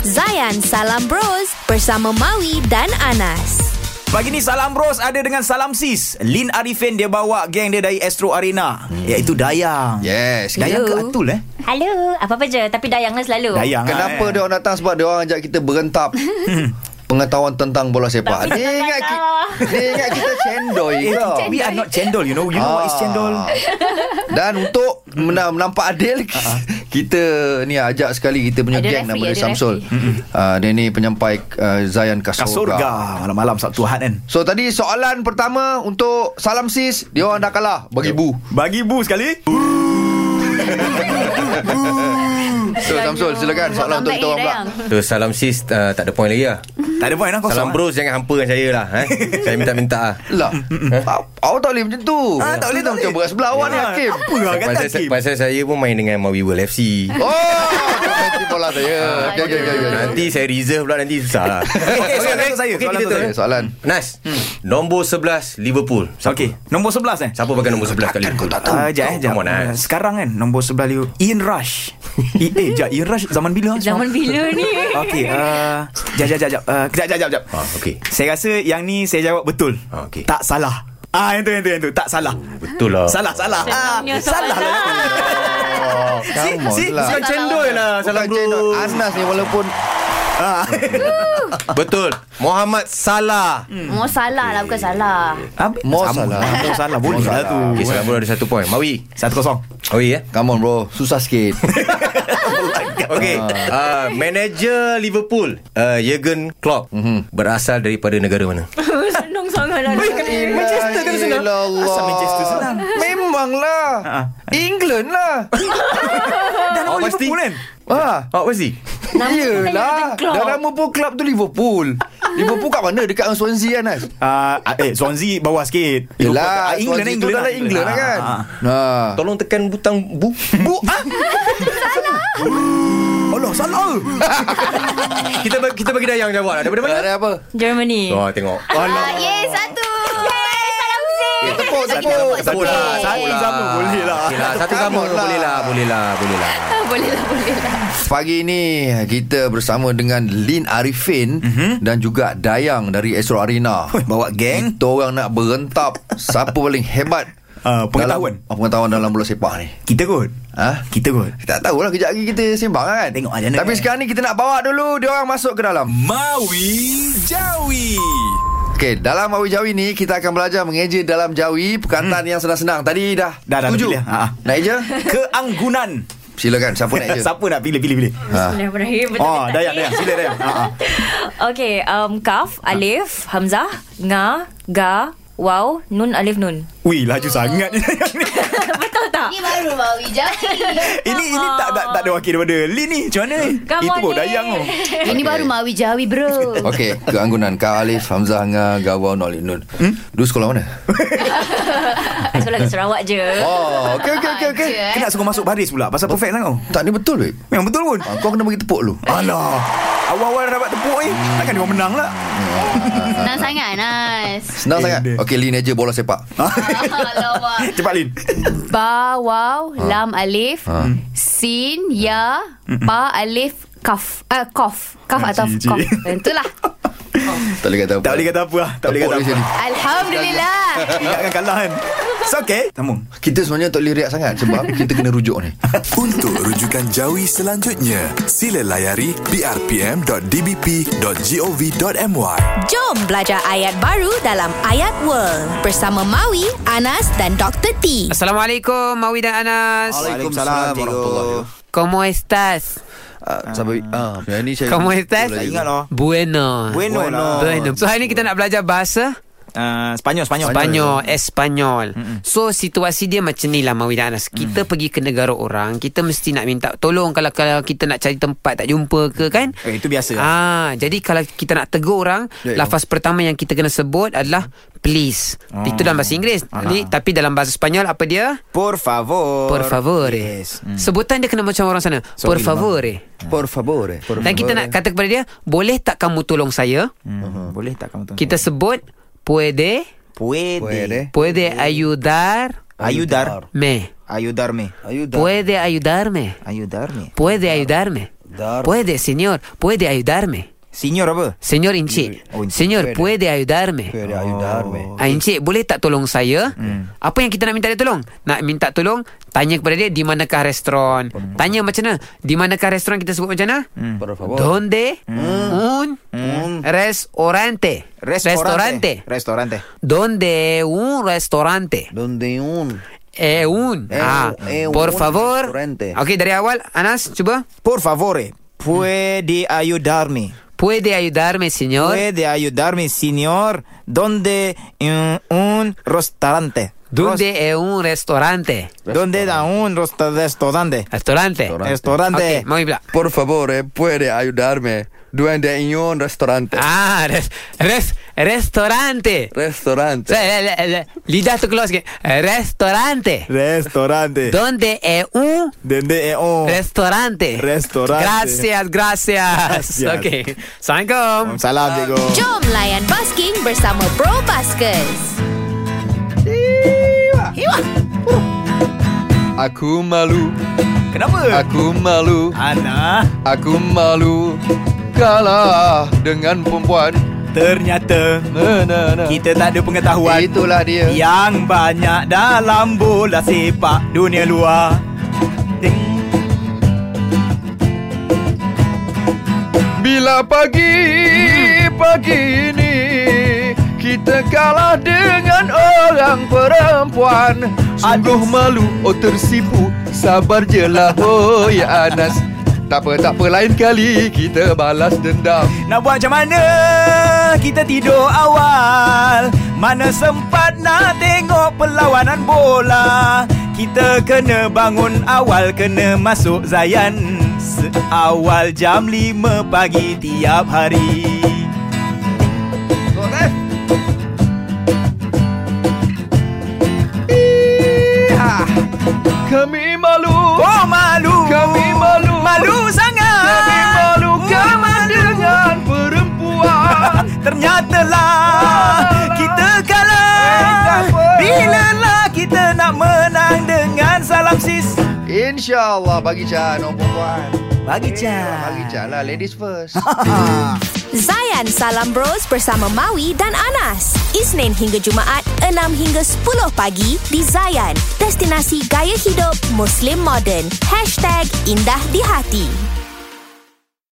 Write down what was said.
Zayan Salam Bros bersama Maui dan Anas. Pagi ni Salam Bros ada dengan Salam Sis. Lin Arifin dia bawa geng dia dari Astro Arena. Hmm. Iaitu Dayang. Yes. Dayang ke Atul eh? Hello, apa-apa je tapi dayang lah selalu. Dayang. Kenapa eh? dia orang datang sebab dia orang ajak kita berentap Hmm. pengetahuan tentang bola sepak. Tapi Dia tak ingat kita, tahu. dia ingat kita cendol Eh, tau. we are not cendol, you know. You know what Ah, is cendol? Dan untuk mena- menampak adil Ah, Kita ni ah, ajak sekali Kita punya Ada geng referee, Nama dia ada Samsul uh, Dia ni penyampai uh, Zayan Kasurga. Kasurga. Malam-malam Sabtu Ahad kan. So tadi soalan pertama Untuk Salam Sis Dia orang dah kalah Bagi bu Bagi bu sekali. So Samsul silakan Soalan untuk kita orang pula So salam sis uh, Tak ada point lagi lah Tak ada point lah kosong. Salam bros Jangan hampa dengan saya lah eh? Saya minta-minta lah Lah aw- Awak tak boleh Ya. macam tu Ah, tak boleh, Kita tak Macam boleh. beras sebelah awak ni Hakim Apa lah kata pasal, Hakim? pasal saya pun main dengan Mawi World FC Oh Nanti bola ya. saya Okay okay okay, okay Nanti saya reserve pula Nanti susah lah Eh, eh, soalan untuk saya, okay, soalan kita untuk Okay, tengok. Soalan Nas Nombor 11 Liverpool Siapa? Okey, nombor 11 eh? Siapa pakai nombor 11 kat Liverpool? Tak Ah, jap eh, jap. Come on Nas Sekarang kan nombor sebelah you Ian Rush. I, eh, jap Ian Rush zaman bila? Zaman bila ni? Okey, uh, jap jap jap jap. Uh, kejap jap jap jap. Ah, okey. Saya rasa yang ni saya jawab betul. Ah, okey. Tak salah. Ah, yang tu yang tu yang tu tak salah. Betul lah Salah, salah. Ah, Senangnya salah lah. Oh Si, Come on si, lah si, Cendol lah Bukan Salam Cendol bros Anas ni walaupun ah. Betul Muhammad Salah Hmm. Mau salah lah, bukan salah. Habis, Mo sama. salah. Mo salah boleh Mo lah salah. tu. Okey salam bro ada satu point Mawi Satu kosong. Mawi eh Come on bro Susah sikit Okey, uh, manager Liverpool, uh, Jurgen Klopp, berasal daripada negara mana? Senang sangat lah. kan eh, Manchester kena senang Asal Manchester senang. Memanglah Ha. England lah Dan nama Oh, pasti. Liverpool kan? Ha Oh, pasti. Yelah Jurgen Klopp. Dah nama pun klub tu Liverpool Liverpool kat mana? Dekat dengan Swansea kan Nas? Ah, eh, Swansea bawah sikit. Ah, Yelah England, Swansea tu England, dah lah England lah kan Ah, ah. Nah Tolong tekan butang bu. Bu ah. Salah. Alah, salah. kita bagi, kita bagi Dayang jawab lah. Daripada mana? Ada apa? Germany. Oh, tengok. Ah, yeay, satu. Yeay, salam Zee. Eh, tepuk, Bagi tepuk. tepuk Tepuk sikit. lah, Satu sama boleh lah. Okey lah, satu Come on sama lah. boleh lah, boleh lah, boleh lah. Boleh lah, boleh lah. Pagi ni kita bersama dengan Lin Arifin dan juga Dayang dari Astro Arena. Mhm. Bawa geng. Kita orang nak berentap siapa paling hebat Ah, pengetahuan. dalam, ah, pengetahuan dalam bola sepak ni. Kita kot. Ha? Kita kot. Tak tahulah kejap lagi kita sembang kan. Tengok macam mana Tapi kan. sekarang ni kita nak bawa dulu dia orang masuk ke dalam. Maui Jawi. Okey, dalam Awi Jawi ni kita akan belajar mengeja dalam Jawi perkataan yang senang-senang. Tadi dah Hmm. Dah, dah, dah setuju. pilih. Ha. Nak eja? Keanggunan. Silakan siapa nak eja. Siapa nak pilih pilih pilih. Bismillahirrahmanirrahim. Betul Oh, tak Dayang ni? Dayang sila Dayang. Ha ah. Okey, um, Kaf, Alif, Hamzah, Nga, Ga, Wow, Nun, Alif, Nun. Wih, laju sangat ni Dayang ni. Betul tak? Ni baru Mawi Jawi Ini ini tak tak, tak ada wakil daripada Lin ni. Macam mana ni? Come Itu on, pun Lin. Dayang tu. Ini baru Mawi Ah, Jawi bro Okey, keanggunan Kak Alif Hamzah Nga Gawau Nolik Nun. Hmm? Dulu sekolah mana? Sekolah kat Sarawak je. Oh, okey okey okey okey. Je, eh. Kena suruh masuk baris pula. Pasal perfect lah kau. Tak ni betul weh. Memang betul pun. Ah, Kau kena bagi tepuk dulu. Alah. Awal-awal dapat tepuk ni. Takkan dia orang menang lah. Senang sangat Nas Senang Eh, sangat. dia. Ha? Okey, Lin eja bola sepak. Alamak Cepat Lin. Ba Waw Lam Alif Sin Ya Pa Alif Kaf eh, Kof Kaf atau Ji, ji. Kof Itulah Tak boleh kata apa. Tak boleh kata apa lah. Tak boleh Tepuk kata di apa. sini. Alhamdulillah Ingatkan kalah kan. It's okay. Sambung. Kita sebenarnya tak boleh react sangat sebab kita kena rujuk ni. Untuk rujukan jawi selanjutnya, sila layari brpm.dbp.gov.my. Jom belajar ayat baru dalam Ayat World bersama Maui, Anas dan Dr. T. Assalamualaikum Mawi dan Anas Waalaikumsalam warahmatullahi wabarakatuh. ¿Cómo estás? Ah, Sampai ah, yang ni saya ¿Cómo estás? Tak ingat Ingat lah. Bueno Bueno lah. Bueno So hari ni kita nak belajar bahasa Ah, Sepanyol, Sepanyol. Spanyol Espanyol So situasi dia macam ni lah Mawi dan Anas Kita pergi ke negara orang Kita mesti nak minta tolong Kalau kalau kita nak cari tempat Tak jumpa ke kan Eh, itu biasa. Ah, Jadi kalau kita nak tegur orang Ya, ya. Lafaz pertama yang kita kena sebut adalah Please Itu dalam bahasa Inggeris Jadi, Tapi dalam bahasa Spanyol apa dia? Por favor. Por favor Yes. Mm. Sebutan dia kena macam orang sana Por Sorry, favor Por favor. eh. lah. Por Dan kita favor, nak eh. kata kepada dia Boleh tak kamu tolong saya Hmm. Boleh tak kamu tu? Kita sebut Puede puede. Puede. Puede ayudar Ayudar. Me Ayudarme. Ayuda. Puede ayudarme Ayudarme. Puede ayudarme Dar- Puede, señor. Puede ayudarme. Senior apa? Señor Eh, Encik. Oh, Encik. Señor, puede ayudarme. Puede ayudarme. Hmm. Ah, Encik, boleh tak tolong saya? Apa yang kita nak minta dia tolong? Nak minta tolong, tanya kepada dia di manakah restoran. Tanya macam mana? Di manakah restoran kita sebut macam mana? Por favor. Donde Hmm. un restaurante. Restaurante. Restorante. Donde un restaurante. Donde un Eh un. Eh, Ah, eh, un por favor. restaurante. Okey, dari awal Anas cuba. Por favor, puede ayudarme. Puede ayudarme, señor? Puede ayudarme, señor. ¿Dónde en un restaurante? Donde es un restaurante? Ros- ¿Dónde da un rosta- restaurante? Restaurante. Restaurante. Okey, mau pula. Por favor, eh, puede ayudarme. Duende en un restaurante. Ah, res, res, Eh, restorante. Restaurante. Saya- le- le- le- Lidah tu keluar sikit. Restorante. Restaurante. Donde es un ¿Dónde en un Restaurante. Oh. Restaurante. Gracias, gracias. Gracias. Okey. Assalamualaikum. Salam, Cikgu. ah, Jom layan basking bersama Pro Baskers. Aku malu, Kenapa? aku malu, Ana, aku malu kalah dengan perempuan. ternyata Na, na, na. kita tak ada pengetahuan Ah. Itulah dia. yang banyak dalam bola sepak dunia luar. Ding. Bila pagi pagi ini kita kalah dengan orang perempuan Sungguh malu oh tersipu Sabar je lah oh ya Anas Tak apa tak apa lain kali kita balas dendam Nak buat macam mana Kita tidur awal Mana sempat nak tengok perlawanan bola Kita kena bangun awal Kena masuk Zayan Seawal jam 5 pagi tiap hari Kami malu Oh malu Kami malu. Malu sangat Oh, Kami malu Kami kalah dengan perempuan Ternyatalah kita kalah Bilalah kita nak menang dengan salam sis InsyaAllah bagi Chan oh perempuan Bagi Eh, Chan Bagi Chan lah ladies first Zayan Salam Bros bersama Maui dan Anas. Isnin hingga Jumaat 6 hingga 10 pagi di Zayan. Destinasi gaya hidup Muslim Modern. #IndahDiHati.